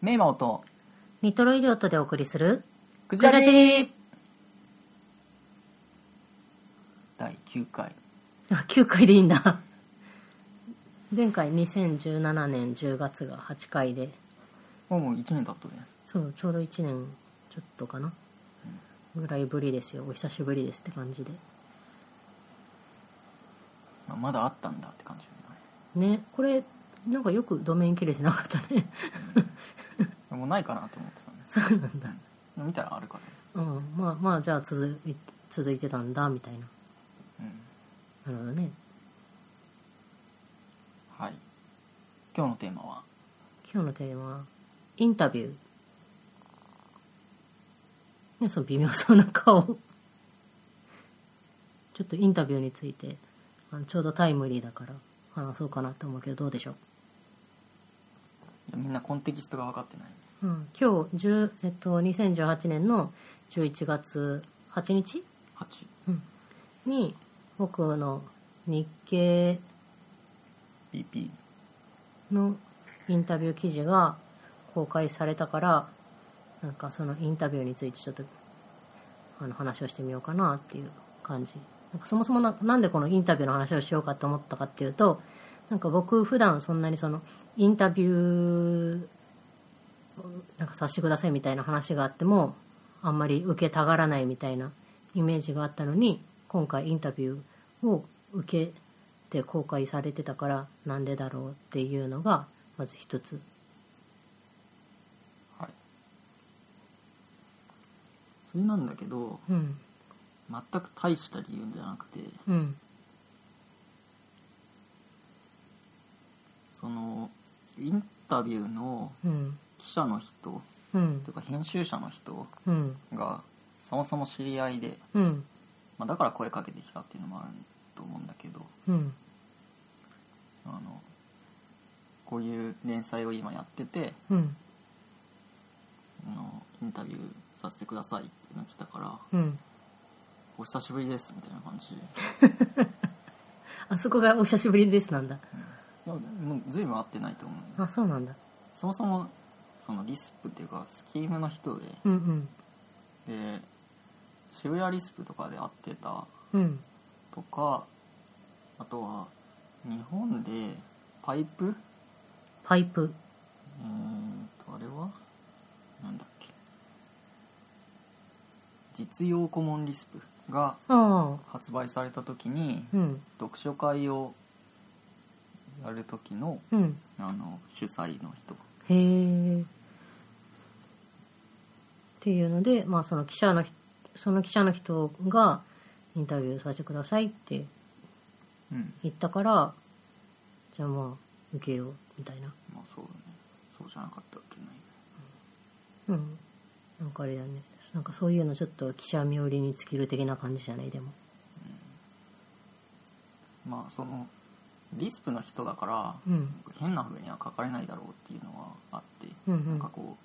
メイマオとニトロイディオットでお送りするクジラジ第9回あ9回でいいんだ前回2017年10月が8回でもうもう1年経ったねそうちょうど1年ちょっとかなぐらいぶりですよお久しぶりですって感じでまあまだあったんだって感じだねねこれなんかよくドメイン切れてなかったねもうないかなと思ってたね そうなんだ見たらあるからねうんまあまあじゃあ続い続いてたんだみたいなうんなるほどねはい今日のテーマは今日のテーマはインタビューねその微妙そうな顔ちょっとインタビューについてあのちょうどタイムリーだから話そうかなと思うけどどうでしょいやみんなコンテキストが分かってない、う、うん、今日、10えっと、2018年の11月8日8に僕の日経 BP のインタビュー記事が公開されたからなんかそのインタビューについてちょっとあの話をしてみようかなっていう感じなんかそもそもななんでこのインタビューの話をしようかと思ったかっていうとなんか僕普段そんなにそのインタビューなんか察してくださいみたいな話があってもあんまり受けたがらないみたいなイメージがあったのに今回インタビューを受けて公開されてたからなんでだろうっていうのがまず一つはいそれなんだけどうん全く大した理由じゃなくてうんそのインタビューのうん記者の人うんというか編集者の人うんがそもそも知り合いで、うんまあ、だから声かけてきたっていうのもあると思うんだけどうんあのこういう連載を今やっててうんあのインタビューさせてくださいっていうの来たからうん「お久しぶりです」みたいな感じであそこがお久しぶりですなんだでももう随分会ってないと思うよあそうなんだそもそもそのリスプっていうかスキームの人でうんで渋谷リスプとかで会ってたうんうんとかあとは日本でパイプパイプうーんとあれはなんだっけ実用顧問リスプがああ発売された時にうん読書会をやる時のうんあの主催の人へえっていうのでまあその記者の人その記者の人がインタビューさせてくださいってうん言ったからじゃあまあ受けようみたいなまあそうだねそうじゃなかったっけないうんなんかあれだねなんかそういうのちょっと記者冥利に尽きる的な感じじゃないでもまあそのリスプの人だからうん変な風には書かれないだろうっていうのはあってうんうなんんかこ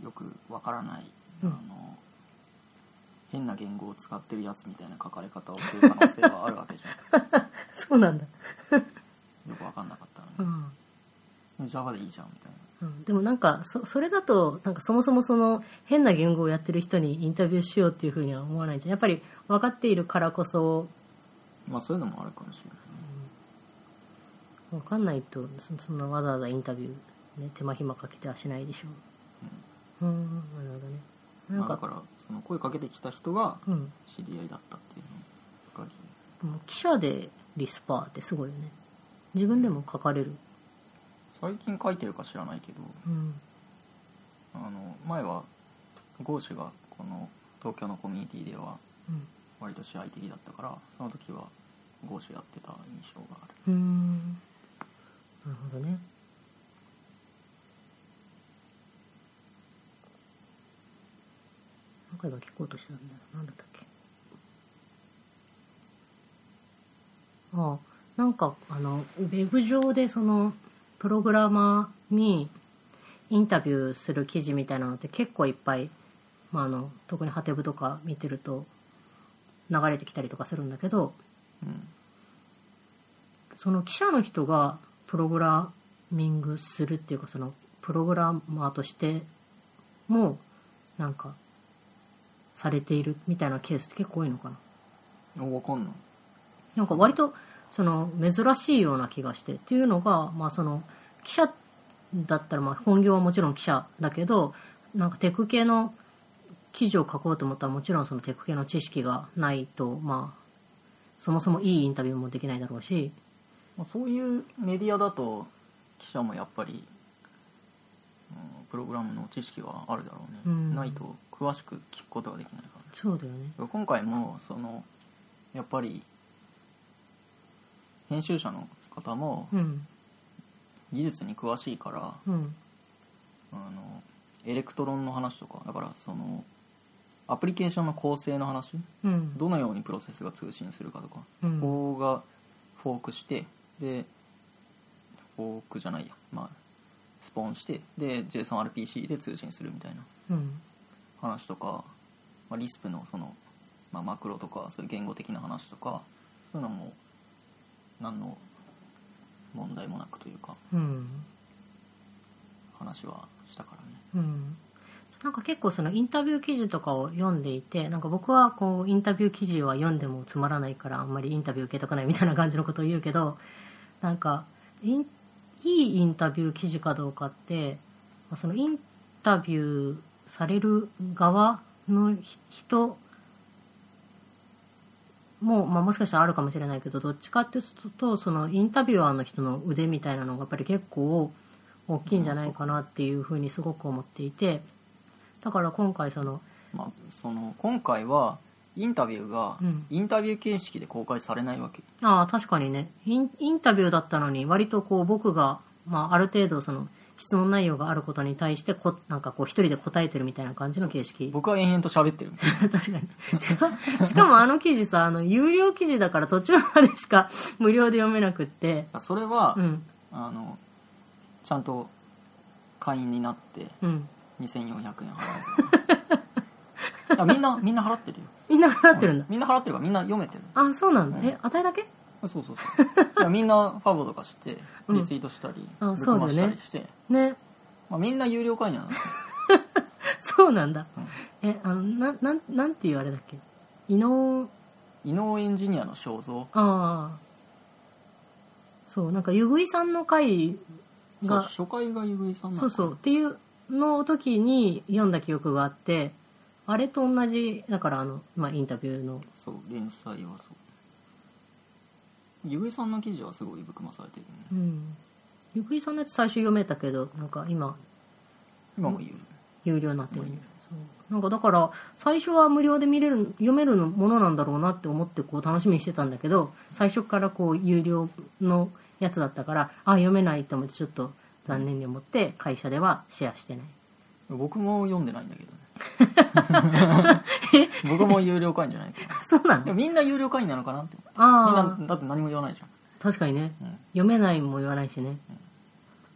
うよくわからない、うんあの変な言語を使ってるやつみたいな書かれ方をする可能性はあるわけじゃそうなんだ んよくわかんなかったらねうん、ジャガでいいじゃんみたいうん、でもなんかそそれだとなんかそもそもその変な言語をやってる人にインタビューしようっていうふうには思わないじゃんやっぱり分かっているからこそなまあそういうのもあるかもしれないね分かんないとそそんなわざわざインタビュー、ね、手間暇かけてはしないでしょううんなるほどねなんまあだかからその声かけてきた人がうん知り合いだったっていうのが理由もう記者でリスパーってすごいよね自分でも書かれる最近書いてるか知らないけどうんあの前はゴーシュがこの東京のコミュニティではうん割と支配的だったからその時はゴーシュやってた印象があるうーんなるほどねなんか今聞こうとしてたんだよなんだったっけああなんかあのウェブ上でそのプログラマーにインタビューする記事みたいなのって結構いっぱい、まあ、あの特にハテブとか見てると流れてきたりとかするんだけどうんその記者の人がプログラミングするっていうかそのププログラマーとしてもなんかされているみたいなケースって結構多いのかなおわかんないなんか割とその珍しいような気がしてっていうのが、まあ、その記者だったらまあ本業はもちろん記者だけどなんかテク系の記事を書こうと思ったらもちろんそのテク系の知識がないと、まあ、そもそもいいインタビューもできないだろうしまあ、そういうメディアだと記者もやっぱり、うん、プログラムの知識はあるだろうね、うんないと詳しく聞くことができないからねそうだよね今回もそのやっぱり編集者の方もうん技術に詳しいから、うんあのエレクトロンの話とかだからそのアプリケーションの構成の話うんどのようにプロセスが通信するかとかうんここがフォークしてでフォークじゃないやまあスポーンしてで JSONRPC で通信するみたいなうん話とか、まあ、リスプのその、まあ、マクロとかそういう言語的な話とかそういうのも何の問題もなくというかうん話はしたからねうんなんか結構そのインタビュー記事とかを読んでいてなんか僕はこうインタビュー記事は読んでもつまらないからあんまりインタビュー受けたくないみたいな感じのことを言うけどなんかインいいインタビュー記事かどうかってまあそのインタビューされる側のひ人も、まあ、もしかしたらあるかもしれないけどどっちかっていうとそのインタビュアーの人の腕みたいなのがやっぱり結構大きいんじゃないかなっていうふうにすごく思っていてだから今回そのまあ、その今回はインタビューがうんインタビュー形式で公開されないわけ、ああ確かにねインインタビューだったのに割とこう僕が、まあ、ある程度その質問内容があることに対してこなんかこう一人で答えてるみたいな感じの形式僕は延々と喋ってるみたい 確かにしかしかもあの記事さあの有料記事だから途中までしか無料で読めなくってなそれは、うんあのちゃんと会員になってうん2400円払う だからみんなみんな払ってるよみんな払ってるんだみんな払ってるからみんな読めてるあそうなんだえあたいだけそうそうそういやみんなファボとかしてうんリツイートしたり、あブッそクうだマよしたねりして、ね まあ、みんな有料会員なのそうなんだえあのななんなんていうあれだっけ伊能伊能エンジニアの肖像ああそうなんかゆぐいさんの回そうが初回がゆぐいさんなのそうそうっていうの時に読んだ記憶があってあれと同じだからあの、まあ、インタビューのそう連載はそうゆぐいさんの記事はすごいぶくまされてるね、うんゆくりさんのやつ最初読めたけどなんか今今も有料有料になってるねもう有料そうなんかだから最初は無料で見れる読めるものなんだろうなって思ってこう楽しみにしてたんだけど最初からこう有料のやつだったからあ読めないと思ってちょっと残念に思って会社ではシェアしてない 僕も読んでないんだけど ね僕も有料会員じゃないからそうなでのもみんな有料会員なのかなってみんああなだって何も言わないじ確かにねゃん、うん読めないも言わないしね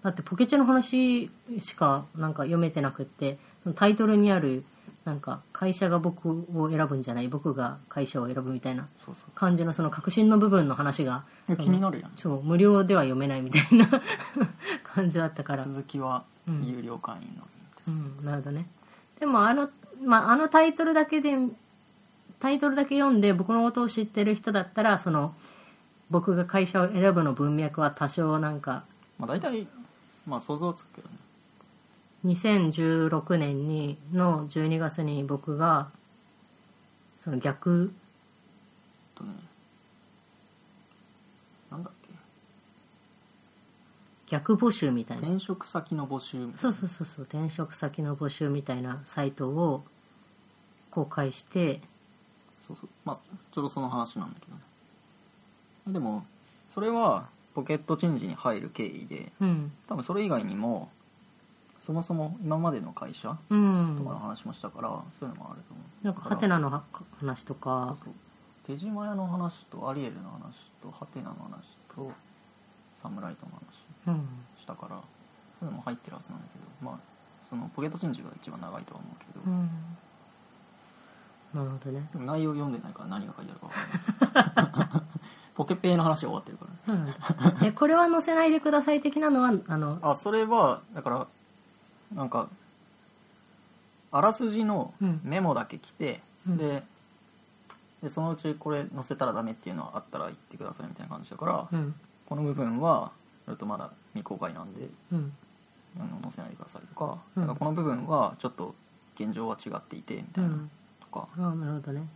だってポケチェの話しかなんか読めてなくってそのタイトルにあるなんか会社が僕を選ぶんじゃない僕が会社を選ぶみたいなそうそ感じのその革新の部分の話がう気になるやんそう無料では読めないみたいな 感じだったから、続きはうん有料会員の、うん、なるほどねでもあの,、まあ、あのタイトルだけでタイトルだけ読んで僕のことを知ってる人だったらその僕が会社を選ぶの文脈は多少なんかまあ、大体まあ想像はつくけどね2016年にの12月に僕がその逆えっとねなんだっけ逆募集みたいな転職先の募集みたいなそうそうそうそう転職先の募集みたいなサイトを公開してそうそうまあちょうどその話なんだけどねでもそれはポケットチェンジに入る経緯でうん多分それ以外にもそもそも今までの会社うんとかの話もしたから、そういうのもあると思うなんかハテナのは話そとうかそう手島屋の話とアリエルの話とハテナの話とサムライトの話うんしたからそういうのも入ってるはずなんだけどまあそのポケットチェンジが一番長いとは思うけど、うんなるほどねでも内容読んでないから何が書いてあるか分かん ないポケペイの話は終わってるからねそうなんだえこれは載せないでください的なのはあのあそれはだからなんかあらすじのメモだけ来て、うんででそのうちこれ載せたらダメっていうのはあったら言ってくださいみたいな感じだから、うんこの部分はちょっとまだ未公開なんでうんあの載せないでくださいとか,、うんだからこの部分はちょっと現状は違っていてみうたいなんとか、ああなるほどね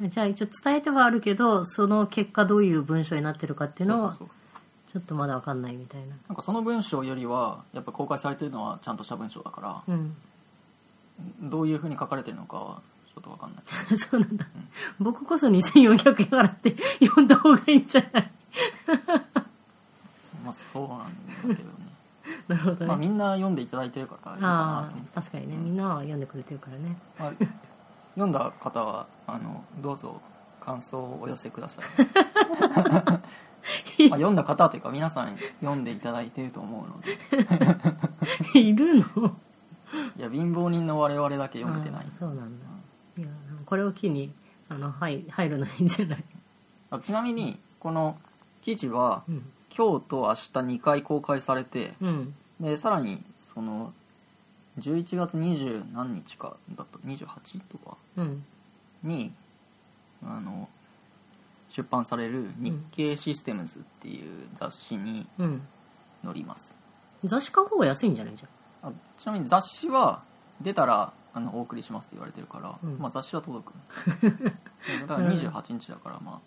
じゃあ一応伝えてはあるけどその結果どういう文章になってるかっていうのそうはそうそうちょっとまだわかんないみたいななんかその文章よりはやっぱ公開されてるのはちゃんとした文章だから、うんどういうふうに書かれてるのかはちょっと分かん ないそうなんだ。僕こそ2400円払って読んだ方がいいんじゃないまあそうなんだけどねなるほどまあみね。んな読んでいただいてるからいいかなあと思ってあ、確かにね。みんなは読んでくれてるからね。 まあ、読んだ方はあのどうぞ感想をお寄せくださいまあ読んだ方というか皆さん読んでいただいてると思うのでいるのいや貧乏人の我々だけ読めてないああそうなんだ。いや、これを機に、あの、はい、入るのいいんじゃないあちなみにこの記事はうん。今日と明日2回公開されてうん。でさらにその11月20何日かだと28とかうん。にあの出版される「日経システムズ」っていう雑誌にうん。載ります雑誌買う方が安いんじゃないじあちなみに雑誌は出たらあのお送りしますって言われてるから、うんまあ、雑誌は届く だからなるほど28日だからまあ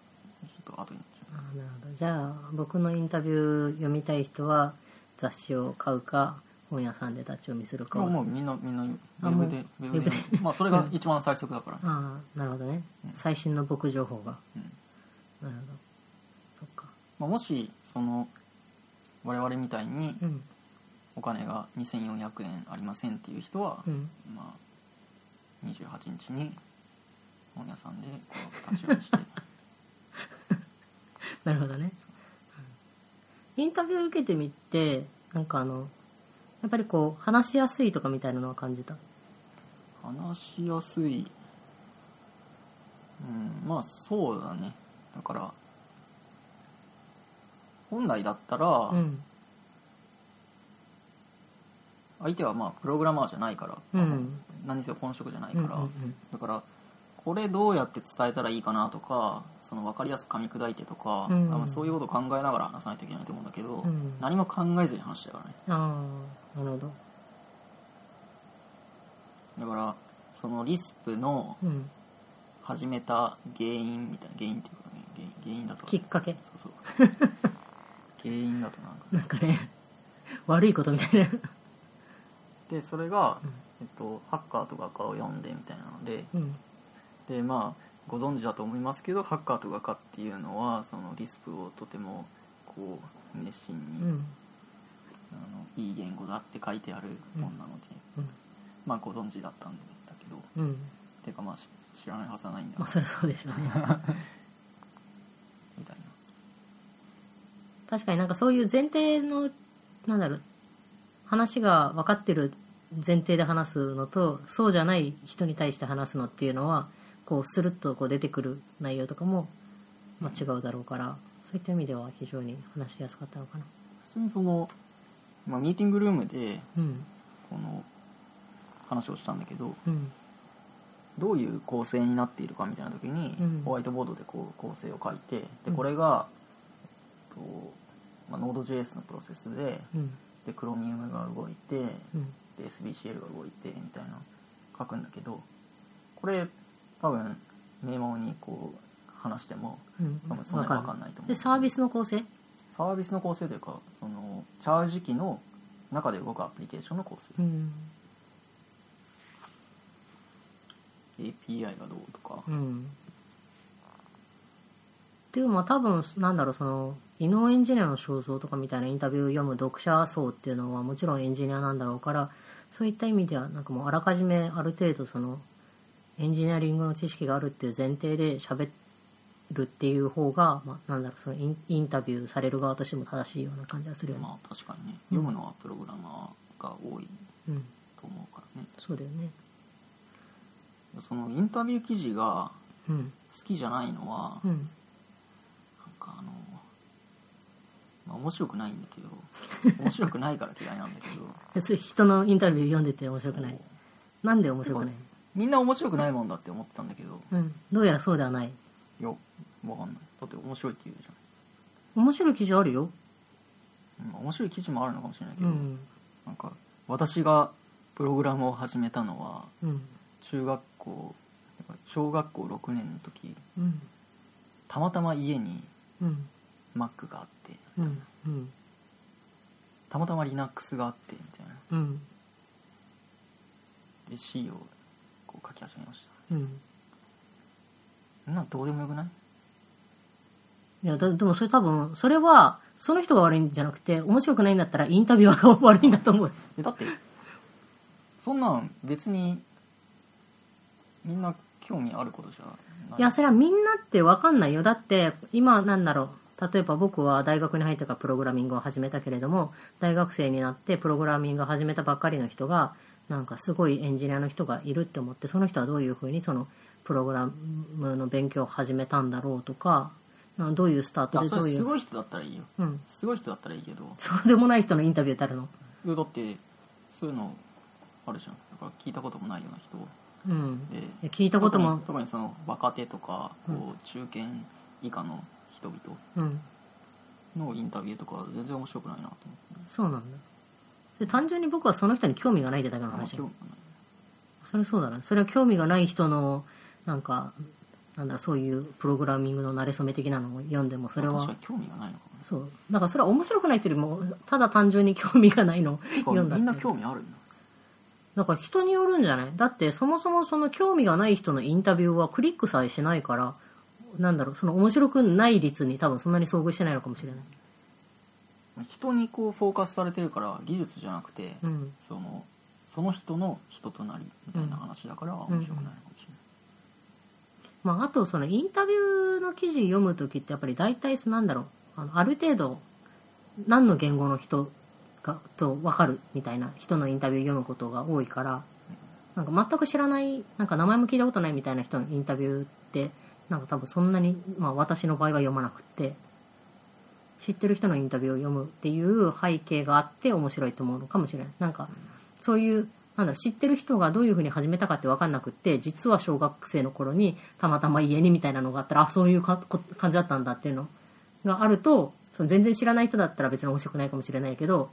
ちょっと後になっちゃゃん。ああ、なるほど。じゃあ、僕のインタビュー読みたい人は、雑誌を買うか、本屋さんで立ち読みするうかもをうもうみんなみんなウあェもうブでウェウブェブでで まあそれが一番最速だから、ねああなるほどね、うん最新の僕情報が、うんなるほどそっかまあ、もしその我々みたいにうんお金が2400円ありませんっていう人はう、んまあ、28日に本屋さんでこう立ち寄りしてなるほどね、うんインタビュー受けてみてなんかあのやっぱりこう話しやすいとかみたいなのは感じた話しやすいうんまあそうだねだから本来だったらうん相手はまあプログラマーじゃないから、うん何せ本職じゃないうんうかんら、だからこれどうやって伝えたらいいかなとかその分かりやすく噛み砕いてとか、うん多分そういうことを考えながら話さないといけないと思うんだけど、うん何も考えずに話してたからねうんああなるほどだからそのリスプのうん始めた原因みたいな原因っていうかね原因原因だときっかけそうそう原因だとなんかなんかね悪いことみたいなでそれがうん、えっと、ハッカーと画家を読んでみたいなのでうんでまあご存知だと思いますけどハッカーと画家っていうのはそのリスプをとてもこう熱心うに、んあのいい言語だって書いてある本なので、うんまあご存知だったんだけどうんていうかまあし知らないはずはないんだまあそりゃそうでしょうねみたいな確かになんかそういう前提のなんだろう話が分かってる前提で話すのとそうじゃない人に対して話すのっていうのはこうスルッとこう出てくる内容とかも、まあ、違うだろうからそういった意味では非常に話しやすかったのかな普通にその、まあ、ミーティングルームでうんこの話をしたんだけどうんどういう構成になっているかみたいな時に、うんホワイトボードでこう構成を書いてうでんこれが、えっとまあ、Node.js のプロセスでうんで Chromium が動いてうんで SBCL が動いてみたいなの書くんだけどこれ多分名簿にこう話してもうん多分そんなに分かんないと思うでサービスの構成サービスの構成というかそのチャージ機の中で動くアプリケーションの構成うん、 API がどうとかうん、っていうのは多分なんだろうその技能エンジニアの肖像とかみたいなインタビューを読む読者層っていうのはもちろんエンジニアなんだろうからそういった意味ではなんかもうあらかじめある程度そのエンジニアリングの知識があるっていう前提で喋るっていう方が、まあ、なんだろうそのインインタビューされる側としても正しいような感じがするよね。まあ確かにね読むのはプログラマーが多いうん、と思うからねそうだよね。そのインタビュー記事がうん、好きじゃないのはうん、なんかあの、ままあ面白くないんだけど 面白くないから嫌いなんだけどそれ人のインタビュー読んでて面白くないなんで面白くないみんな面白くないもんだって思ってたんだけどうんどうやらそうではないいやわかんないだって面白いって言うじ面白い記事あるよゃん、うん面白い記事もあるのかもしれないけうど、んなんか私がプログラムを始めたのはうん中学校だから小学校6年の時うんたまたま家にうんマックがあってうんうんたまたま Linux があってみたいなうんで C をこう書き始めましたうんそんなんどうでもよくないいやだでもそれ多分それはその人が悪いんじゃなくて面白くないんだったらインタビュアーが 悪いんだと思うえだってそんなん別にみんな興味あることじゃないいや、それはみんなってわかんないよ。だって、今なんだろう。例えば僕は大学に入ってからプログラミングを始めたけれども、大学生になってプログラミングを始めたばっかりの人が、なんかすごいエンジニアの人がいるって思って、その人はどういうふうにそのプログラムの勉強を始めたんだろうとか、なんかどういうスタートあでそどうれいすう。ごい人だったらいいようん。すごい人だったらいいけどそうでもない人のインタビューってあるの。いやだってそういうのあるじゃんだから聞いたこともないような人うん。でいや聞いたこと特もに、特にその若手とかこう中堅以下の人々うん。のインタビューとか全然面白くないなと思ってそうなんだ。それ単純に僕はその人に興味がないってだけのあんま話だよ興味がないそれそうだね。それは興味がない人の、なんか、なんだろう、そういうプログラミングの慣れ初め的なのを読んでも、それ確かはに、興味がないのかもねそう。だからそれは面白くないというよりも、ただ単純に興味がないのを読んだみんなっていう。興味あるんだだから人によるんじゃないだって、そもそもその興味がない人のインタビューはクリックさえしないから、なんだろう、その面白くない率に多分そんなに遭遇してないのかもしれない。人にこうフォーカスされてるから技術じゃなくて、うん。そのその人の人となりみたいな話だからん面白くないのかもしれない、まあ、あとそのインタビューの記事読むときってやっぱり大体そのなんだろうあのある程度何の言語の人がと分かるみたいな人のインタビュー読むことが多いからなんか全く知らないなんか名前も聞いたことないみたいな人のインタビューってなんか多分そんなに、まあ、私の場合は読まなくって知ってる人のインタビューを読むっていう背景があって面白いと思うのかもしれないなんかそういうなんだろう知ってる人がどういうふうに始めたかって分かんなくって実は小学生の頃にたまたま家にみたいなのがあったらあそういうかこ感じだったんだっていうのがあるとその全然知らない人だったら別に面白くないかもしれないけど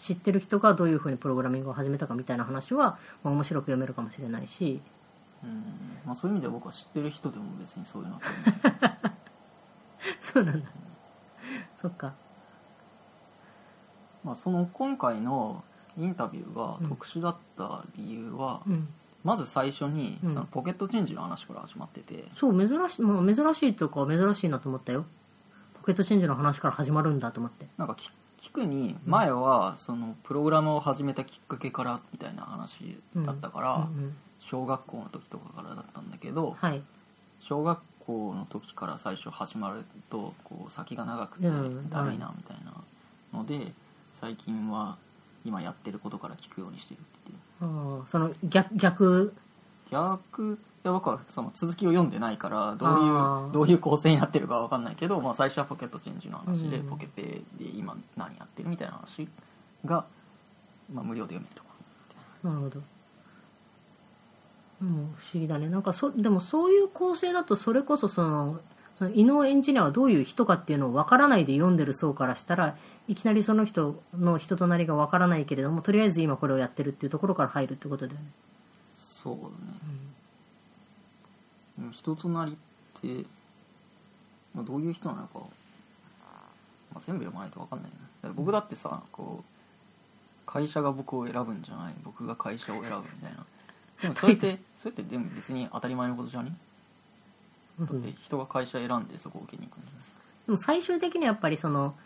知ってる人がどういうふうにプログラミングを始めたかみたいな話は、まあ、面白く読めるかもしれないし うんまあ、そういう意味では僕は知ってる人でも別にそういうのは興味ないそうなんだそっかまあその今回のインタビューが特殊だった理由は、うんまず最初にうそんのポケットチェンジの話から始まってて、そう珍し,、まあ、珍しいというか珍しいなと思ったよポケットチェンジの話から始まるんだと思ってなんかき聞くに前はそのプログラムを始めたきっかけからみたいな話だったから、うんうん小学校の時とかからだったんだけど、はい小学校の時から最初始まるとこう先が長くてうんだるいなみたいなので最近は今やってることから聞くようにしてるって言ってるああその逆逆逆いや僕はその続きを読んでないからどうあいーうどういう構成になってるかわかんないけど、まあ、最初はポケットチェンジの話で、うんポケペで今何やってるみたいな話が、まあ、無料で読めるとかなるほど。うん、不思議だね。なんかそ、でもそういう構成だと、それこそその、その、異能エンジニアはどういう人かっていうのを分からないで読んでる層からしたら、いきなりその人の人となりが分からないけれども、とりあえず今これをやってるっていうところから入るってことだよね。そうだねでも人となりって、まあ、どういう人なのか、まあ、全部読まないと分かんないよねだから僕だってさこう会社が僕を選ぶんじゃない僕が会社を選ぶみたいなでもそれって それってでも別に当たり前のことじゃねうんだって人が会社選んでそこを受けに行くんじゃないでも最終的にはやっぱりその、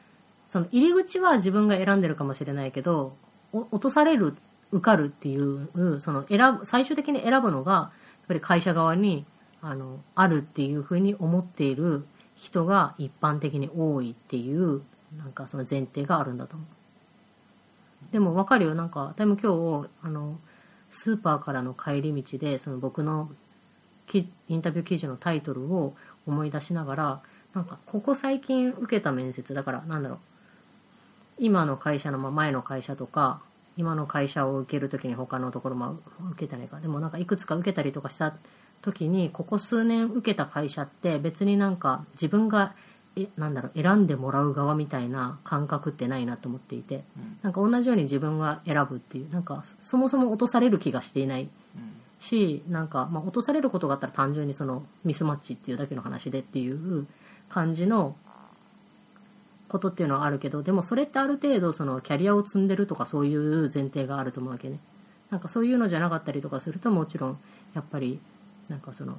その入り口は自分が選んでるかもしれないけど、お落とされる、受かるっていう、その選ぶ、最終的に選ぶのが、やっぱり会社側に、あの、あるっていうふうに思っている人が一般的に多いっていう、なんかその前提があるんだと思う。でもわかるよ、なんか、でも今日、あの、スーパーからの帰り道で、その僕のきインタビュー記事のタイトルを思い出しながらなんかここ最近受けた面接だからなんだろう今の会社の、まあ、前の会社とか今の会社を受けるときに他のところも受けたりかでもなんかいくつか受けたりとかした時にここ数年受けた会社って別になんか自分がえなんだろう選んでもらう側みたいな感覚ってないなと思っていてうんなんか同じように自分が選ぶっていうなんかそそもそも落とされる気がしていないうんしなんか、まあ、落とされることがあったら単純にそのミスマッチっていうだけの話でっていう感じのことっていうのはあるけどでもそれってある程度そのキャリアを積んでるとかそういう前提があると思うわけねなんかそういうのじゃなかったりとかするともちろんやっぱりなんかその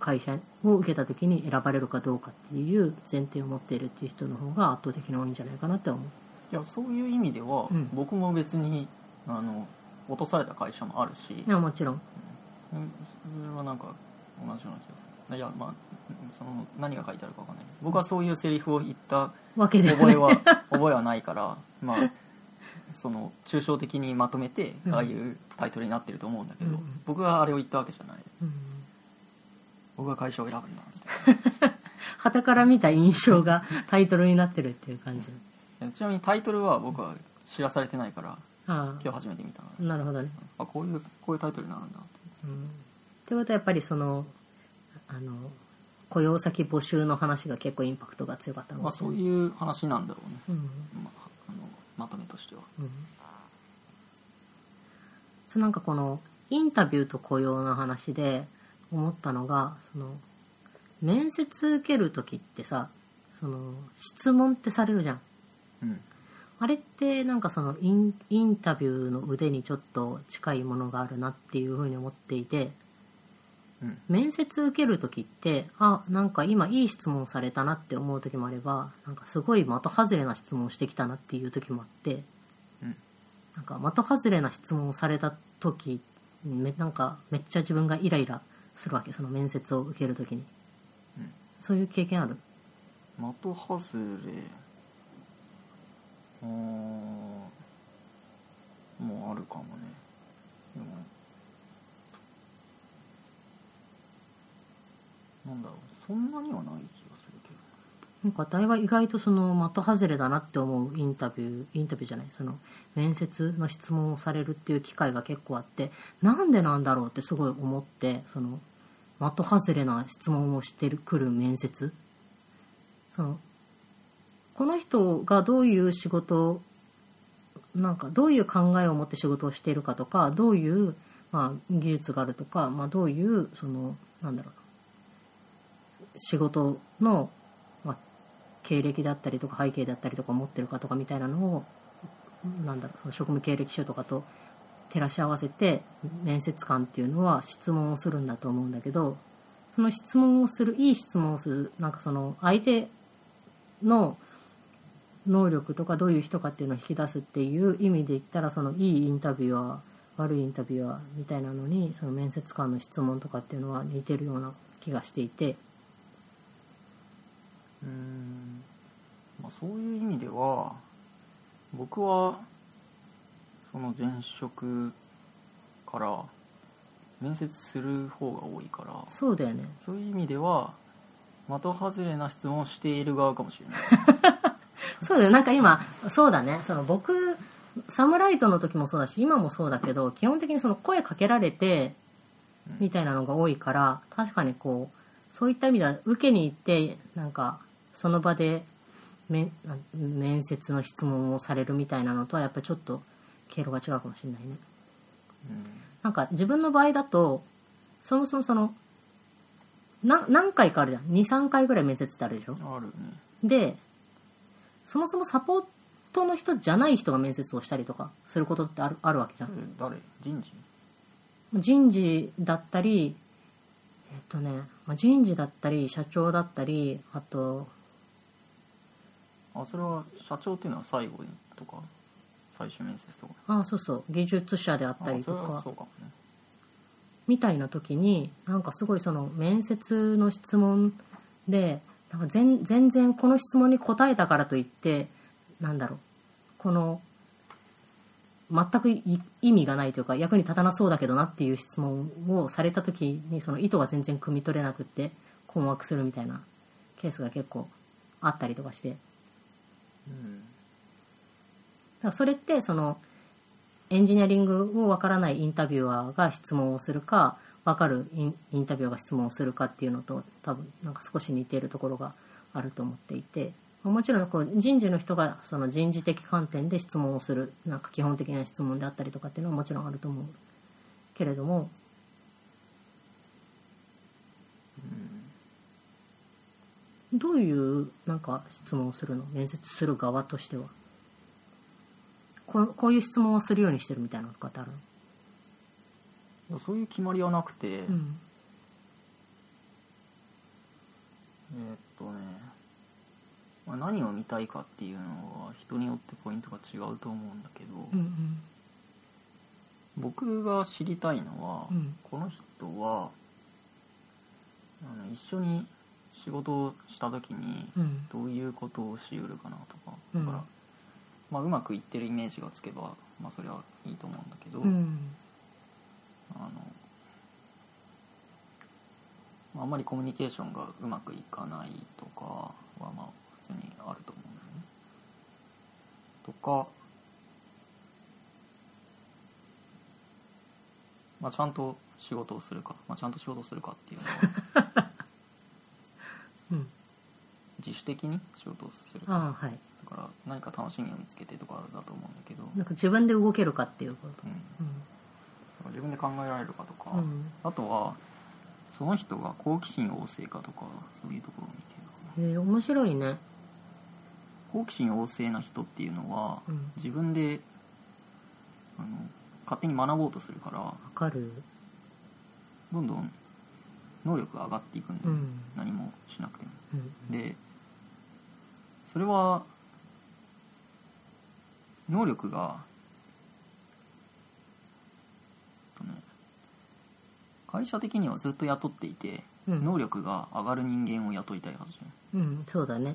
会社を受けた時に選ばれるかどうかっていう前提を持っているっていう人の方が圧倒的に多いんじゃないかなって思ういやそういう意味では、うん僕も別にあの落とされた会社もあるし、いやもちろんうんそれはなんか同じような気がするいやまあその何が書いてあるかわかんないけど僕はそういうセリフを言ったわけでは覚な えい は覚えはないからまあその抽象的にまとめてうんああいうタイトルになってると思うんだけど、うんうん僕はあれを言ったわけじゃないうん僕は会社を選ぶんだみたい旗から見た印象がタイトルになってるっていう感じ。なちなみにタイトルは僕は知らされてないからあ今日初めて見たのあ、なるほどね。あこういうこういうタイトルになるんだってうん、ってことはやっぱりその、あの、雇用先募集の話が結構インパクトが強かったのまあ、かしれそうない。いう話なんだろうね、うんまあ、あのまとめとしては、うんそうなんかこのインタビューと雇用の話で思ったのがその面接受ける時ってさその質問ってされるじゃんうん、あれってなんかそのインインタビューの腕にちょっと近いものがあるなっていうふうに思っていてうん面接受ける時ってあなんか今いい質問されたなって思う時もあればなんかすごい的外れな質問してきたなっていう時もあってうんなんか的外れな質問をされた時めなんかめっちゃ自分がイライラするわけその面接を受ける時に、うんそういう経験ある的外れうーんもうあるかもねでもなんだろうそんなにはない気がするけどなんか大は意外とその的外れだなって思うインタビューインタビューじゃないその面接の質問をされるっていう機会が結構あってなんでなんだろうってすごい思ってその的外れな質問をしてくる面接そのこの人がどういう仕事をなんかどういう考えを持って仕事をしているかとかどういう、まあ、技術があるとか、まあ、どういうそのなんだろう仕事の、まあ、経歴だったりとか背景だったりとか持ってるかとかみたいなのをなんだろうその職務経歴書とかと照らし合わせて面接官っていうのは質問をするんだと思うんだけどその質問をするいい質問をするなんかその相手の能力とかどういう人かっていうのを引き出すっていう意味で言ったらそのいいインタビュアー悪いインタビュアーみたいなのにその面接官の質問とかっていうのは似てるような気がしていて。うーんまあ、そういう意味では僕はその前職から面接する方が多いからそうだよねそういう意味では的外れな質問をしている側かもしれないそうだよなんか今そうだねその僕サムライトの時もそうだし今もそうだけど基本的にその声かけられてうんみたいなのが多いから確かにこうそういった意味では受けに行ってなんかその場でめなん面接の質問をされるみたいなのとはやっぱりちょっと経路が違うかもしれないねうんなんか自分の場合だとそもそもそのな何回かあるじゃん23回ぐらい面接ってあるでしょあるねでそもそもサポートの人じゃない人が面接をしたりとかすることってあるあるわけじゃんえ誰人事人事だったりえっとねまあ人事だったり社長だったりあとあそれは社長っていうのは最後にとか最終面接とかあそうそう技術者であったありそとれはかそうかもねみたいな時になんかすごいその面接の質問でなんか全全然この質問に答えたからといってなんだろうこの全くい意味がないというか役に立たなそうだけどなっていう質問をされた時にその意図が全然汲み取れなくって困惑するみたいなケースが結構あったりとかしてだうんからそれってそのエンジニアリングをわからないインタビュアーが質問をするかわかるインインタビュアーが質問をするかっていうのと多分なんか少し似ているところがあると思っていてもちろんこう人事の人がその人事的観点で質問をするなんか基本的な質問であったりとかっていうのはもちろんあると思うけれどもどういうなんか質問をするの面接する側としてはここういう質問をするようにしてるみたいなのとかってあるの、いやそういう決まりはなくて、うんえーっとね、まあ、何を見たいかっていうのは人によってポイントが違うと思うんだけど、うん僕が知りたいのは、うんこの人はあの一緒に仕事をした時にうんうんどういうことをしうるかなとかうだんから、まあ、うまくいってるイメージがつけば、まあ、それはいいと思うんだけど、うんあのまああんまりコミュニケーションがうまくいかないとかはまあ普通にあると思うんだよね。とか、まあ、ちゃんと仕事をするか、まあ、ちゃんと仕事をするかっていうのはうん自主的に仕事をするだああはいから何か楽しみを見つけてとかだと思うんだけど、うん、なんだか自分で動けるかっていうことかうら自分で考えられるかとか。んうんあとはその人が好奇心旺盛かとかそういうところを見てるかなえー面白いね好奇心旺盛な人っていうのはうん自分であの勝手に学ぼうとするからわかるどんどん能力が上がっていくんで、うん何もしなくてもうんでそれは能力がえっとね会社的にはずっと雇っていて、うん能力が上がる人間を雇いたいはずじゃんうんそうだね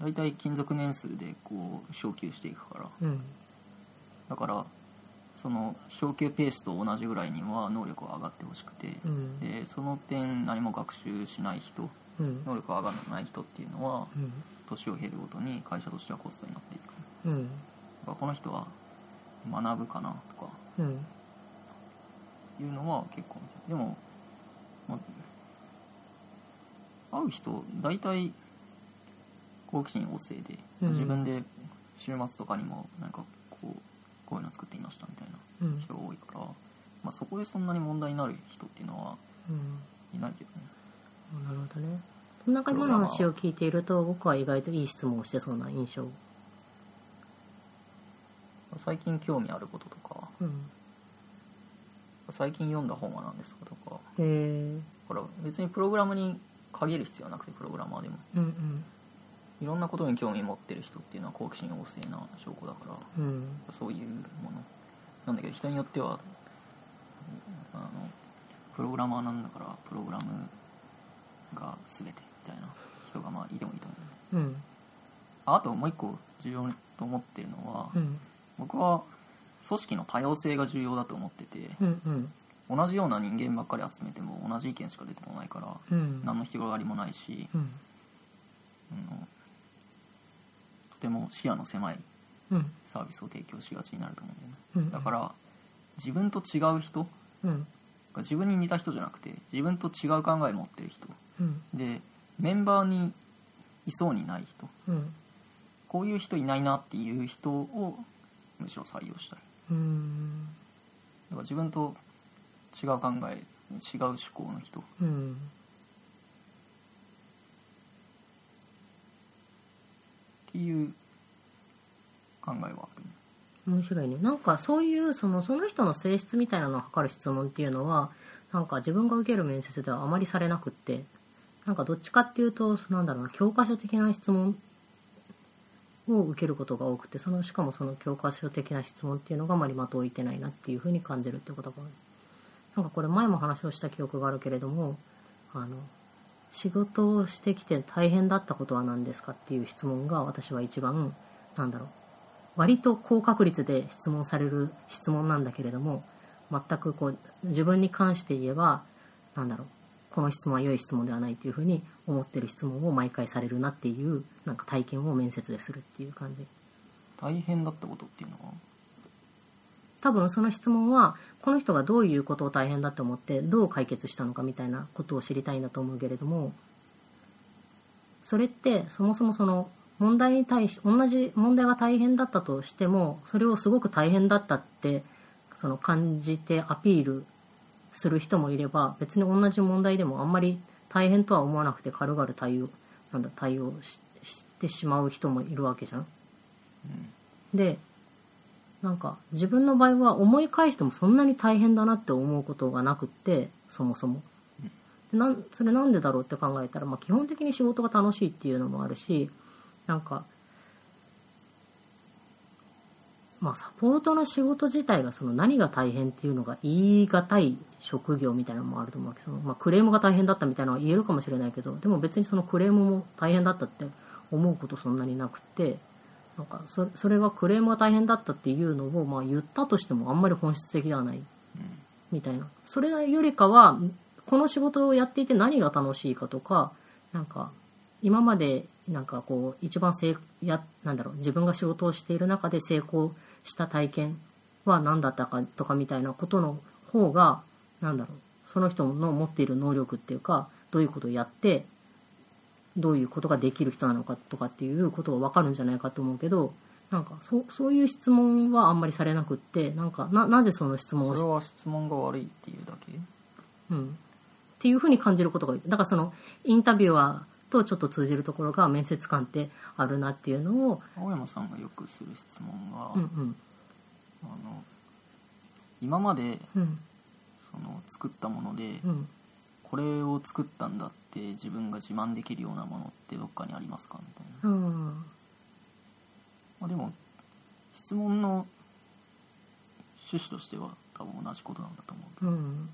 大体勤続年数でこう昇給していくからうんだからその昇給ペースと同じぐらいには能力は上がってほしくて、うんでその点何も学習しない人うん能力が上がらない人っていうのはうん年を経るごとに会社としてはコストになっていくだうんからこの人は学ぶかなとかうんいうのは結構見てるでも、まあ、会う人大体好奇心旺盛で、うん自分で週末とかにもなんかこうこういうの作ってみましたみたいなうん人が多いから、まあ、そこでそんなに問題になる人っていうのはうんいないけどねなるほどねなんか今の話を聞いていると僕は意外といい質問をしてそうな印象最近興味あることとかうん最近読んだ本は何ですかとかへえだから別にプログラムに限る必要はなくてプログラマーでもうんいろんなことに興味持ってる人っていうのは好奇心旺盛な証拠だからうんうんそういうものなんだけど人によってはあのプログラマーなんだからプログラムが全てみたいな人がまあいてもいいと思ううんああともう一個重要と思ってるのは、うん僕は組織の多様性が重要だと思っててうんうん同じような人間ばっかり集めても同じ意見しか出てこないからうん何の広がりもないし、うんあのとても視野の狭いうんサービスを提供しがちになると思うんだよねうんだから自分と違う人うん自分に似た人じゃなくて自分と違う考え持ってる人うんでメンバーにいそうにない人うんこういう人いないなっていう人をむしろ採用したいうんだから自分と違う考え違う思考の人うんっていう考えはあるね面白いねなんかそういうそのその人の性質みたいなのを測る質問っていうのはなんか自分が受ける面接ではあまりされなくってなんかどっちかっていうとなんだろうな教科書的な質問を受けることが多くてそのしかもその教科書的な質問っていうのがあまり的を置いてないなっていうふうに感じるってことが多いなんかこれ前も話をした記憶があるけれどもあの仕事をしてきて大変だったことは何ですかっていう質問が私は一番なんだろう割と高確率で質問される質問なんだけれども全くこう自分に関して言えばなんだろうこの質問は良い質問ではないというふうに思ってる質問を毎回されるなっていうなんか体験を面接でするっていう感じ大変だったことっていうのは多分その質問はこの人がどういうことを大変だと思ってどう解決したのかみたいなことを知りたいんだと思うけれどもそれってそもそもその問題に対し同じ問題が大変だったとしてもそれをすごく大変だったってその感じてアピールする人もいれば別に同じ問題でもあんまり大変とは思わなくて軽々対応なんだ対応ししてしまう人もいるわけじゃん。でなんか自分の場合は思い返してもそんなに大変だなって思うことがなくってそもそもでなんそれなんでだろうって考えたら、まあ、基本的に仕事が楽しいっていうのもあるしなんか、まあ、サポートの仕事自体がその何が大変っていうのが言い難い職業みたいなのもあると思うわけど、そのまあ、クレームが大変だったみたいなのは言えるかもしれないけどでも別にそのクレームも大変だったって思うことそんなになくってなんかそそれがクレームが大変だったっていうのを、まあ、言ったとしてもあんまり本質的ではないみたいなそれよりかはこの仕事をやっていて何が楽しいかとかなんか今までなんかこう一番せいやなんだろう自分が仕事をしている中で成功した体験は何だったかとかみたいなことの方がなんだろうその人の持っている能力っていうかどういうことをやってどういうことができる人なのかとかっていうことが分かるんじゃないかと思うけどなんかそそういう質問はあんまりされなくってなんかななぜその質問そをしれは質問が悪いっていうだけうん、っていうふうに感じることが多いだからそのインタビュアーとちょっと通じるところが面接官ってあるなっていうのを、青山さんがよくする質問が、うんうんあの今までうんその作ったもので、うん、これを作ったんだって自分が自慢できるようなものってどっかにありますかみたいな、うん、まあ、でも質問の趣旨としては多分同じことなんだと思うけうん、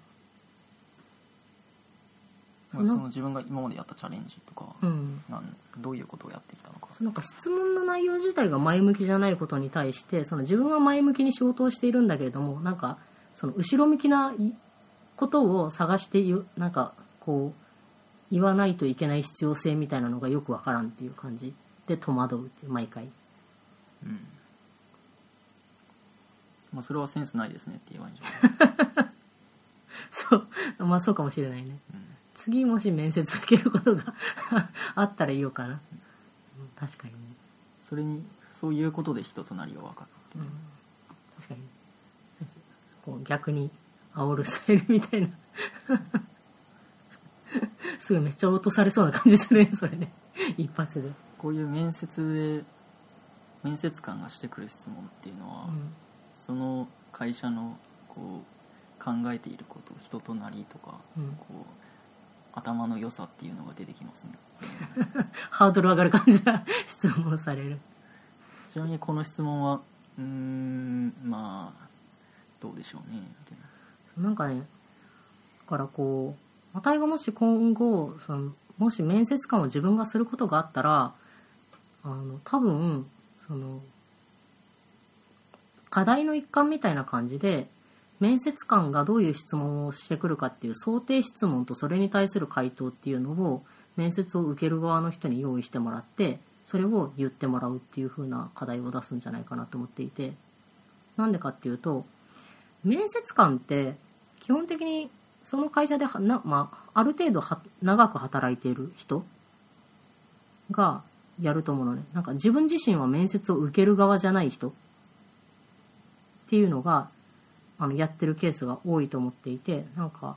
ど、そのまあその自分が今までやったチャレンジとか、うん、なんどういうことをやってきたのかそうなんか質問の内容自体が前向きじゃないことに対してその自分は前向きに仕事をしているんだけれどもなんかその後ろ向きないことを探して言うなんかこう言わないといけない必要性みたいなのがよくわからんっていう感じで戸惑うっていう毎回。うんまあ、それはセンスないですねって言えばいいんじゃない、そう、まあそうかもしれないね。うん次もし面接受けることが あったら言おうかな。うん確かにね。それにそういうことで人となりが分かるってういんう、確かに。こう逆に煽るスタイルみたいな。 すごいめっちゃ落とされそうな感じするね、それね。一発で。こういう面接で面接官がしてくる質問っていうのは、うんその会社のこう考えていること人となりとか、うんこう頭の良さっていうのが出てきますねハードル上がる感じな質問をされる。ちなみにこの質問はうーんまあどうでしょうねみたいななんかね、だからこう、あたいがもし今後、その、もし面接官を自分がすることがあったら、あの、多分、その、課題の一環みたいな感じで、面接官がどういう質問をしてくるかっていう想定質問とそれに対する回答っていうのを、面接を受ける側の人に用意してもらって、それを言ってもらうっていう風な課題を出すんじゃないかなと思っていて、なんでかっていうと、面接官って基本的にその会社ではな、まあ、ある程度は長く働いている人がやると思うのねなんか自分自身は面接を受ける側じゃない人っていうのがあのやってるケースが多いと思っていてなんか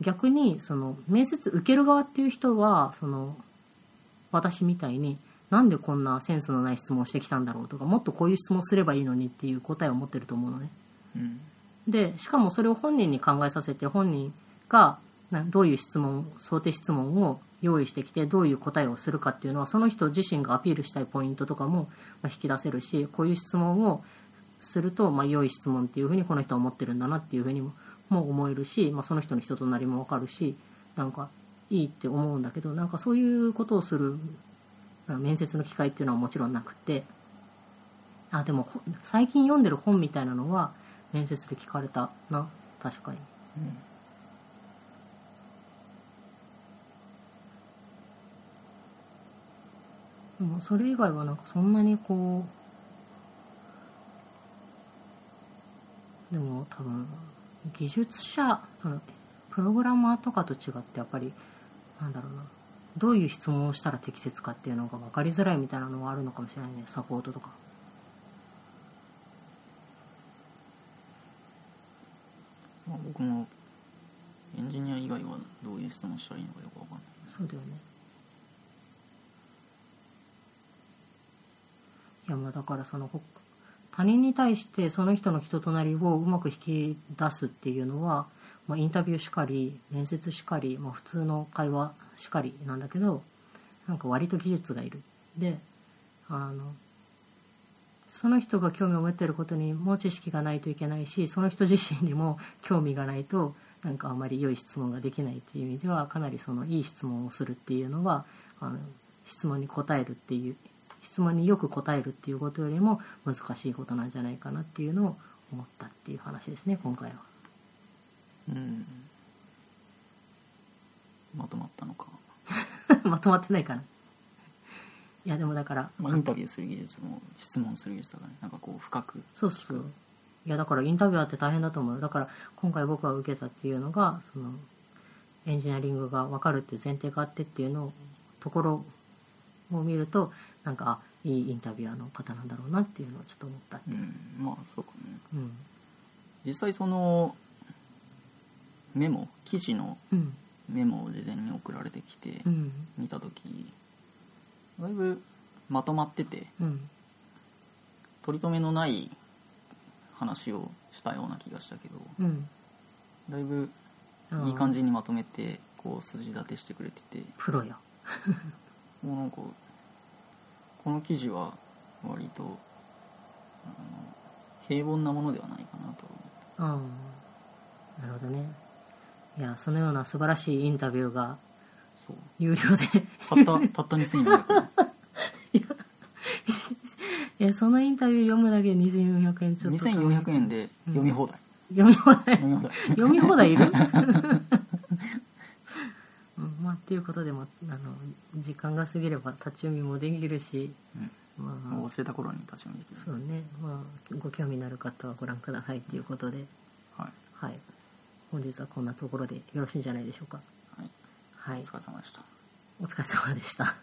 逆にその面接受ける側っていう人はその私みたいになんでこんなセンスのない質問をしてきたんだろうとかもっとこういう質問すればいいのにっていう答えを持ってると思うのね。うんでしかもそれを本人に考えさせて本人がなどういう質問想定質問を用意してきてどういう答えをするかっていうのはその人自身がアピールしたいポイントとかもまあ引き出せるしこういう質問をすると、まあ、良い質問っていうふうにこの人は思ってるんだなっていうふうにもも思えるし、まあ、その人の人となりもわかるしなんかいいって思うんだけどなんかそういうことをするあの面接の機会っていうのはもちろんなくてあでもほ最近読んでる本みたいなのは面接で聞かれたな確かにうんもうそれ以外はなんかそんなにこうでも多分技術者そのプログラマーとかと違ってやっぱりなんだろうなどういう質問をしたら適切かっていうのが分かりづらいみたいなのはあるのかもしれないねサポートとかまあ、僕もエンジニア以外はどういう質問したらいいのかよくわかんないそうだよねいやまあだからそのほ他人に対してその人の人となりをうまく引き出すっていうのは、まあ、インタビューしかり面接しかり、まあ、普通の会話しかりなんだけどなんか割と技術がいるであのその人が興味を持ってることにも知識がないといけないしその人自身にも興味がないとなんかあまり良い質問ができないという意味ではかなりそのいい質問をするっていうのはあの質問に答えるっていう質問によく答えるっていうことよりも難しいことなんじゃないかなっていうのを思ったっていう話ですね今回は。 うんまとまったのか、まとまってないかな。いやでもだからまあ、インタビューする技術も質問する技術だからねなんかこう深くそうそういやだからインタビュアーって大変だと思うよだから今回僕が受けたっていうのがそのエンジニアリングが分かるっていう前提があってっていうのをところを見るとなんかあいいインタビュアーの方なんだろうなっていうのをちょっと思ったってういうんまあそうかねうん実際そのメモ記事のうんメモを事前に送られてきてうん見た時だいぶまとまっててうん取り留めのない話をしたような気がしたけどうんだいぶあーいい感じにまとめてこう筋立てしてくれててプロよもうなんかこの記事は割とあの平凡なものではないかなと思っああなるほどねいやそのような素晴らしいインタビューがそう有料で た ったたった2400いやそのインタビュー読むだけで2400円ちょ円っと2400円で読み放題、読み放題読み放題読み放題い る、うん、まあっていうことでもあの時間が過ぎれば立ち読みもできるし、まあもう忘れた頃に立ち読みできそるうねまあご興味のある方はご覧くださいということで、はい、はい、本日はこんなところでよろしいんじゃないでしょうかはい、はおい疲れ様でしたお疲れ様でした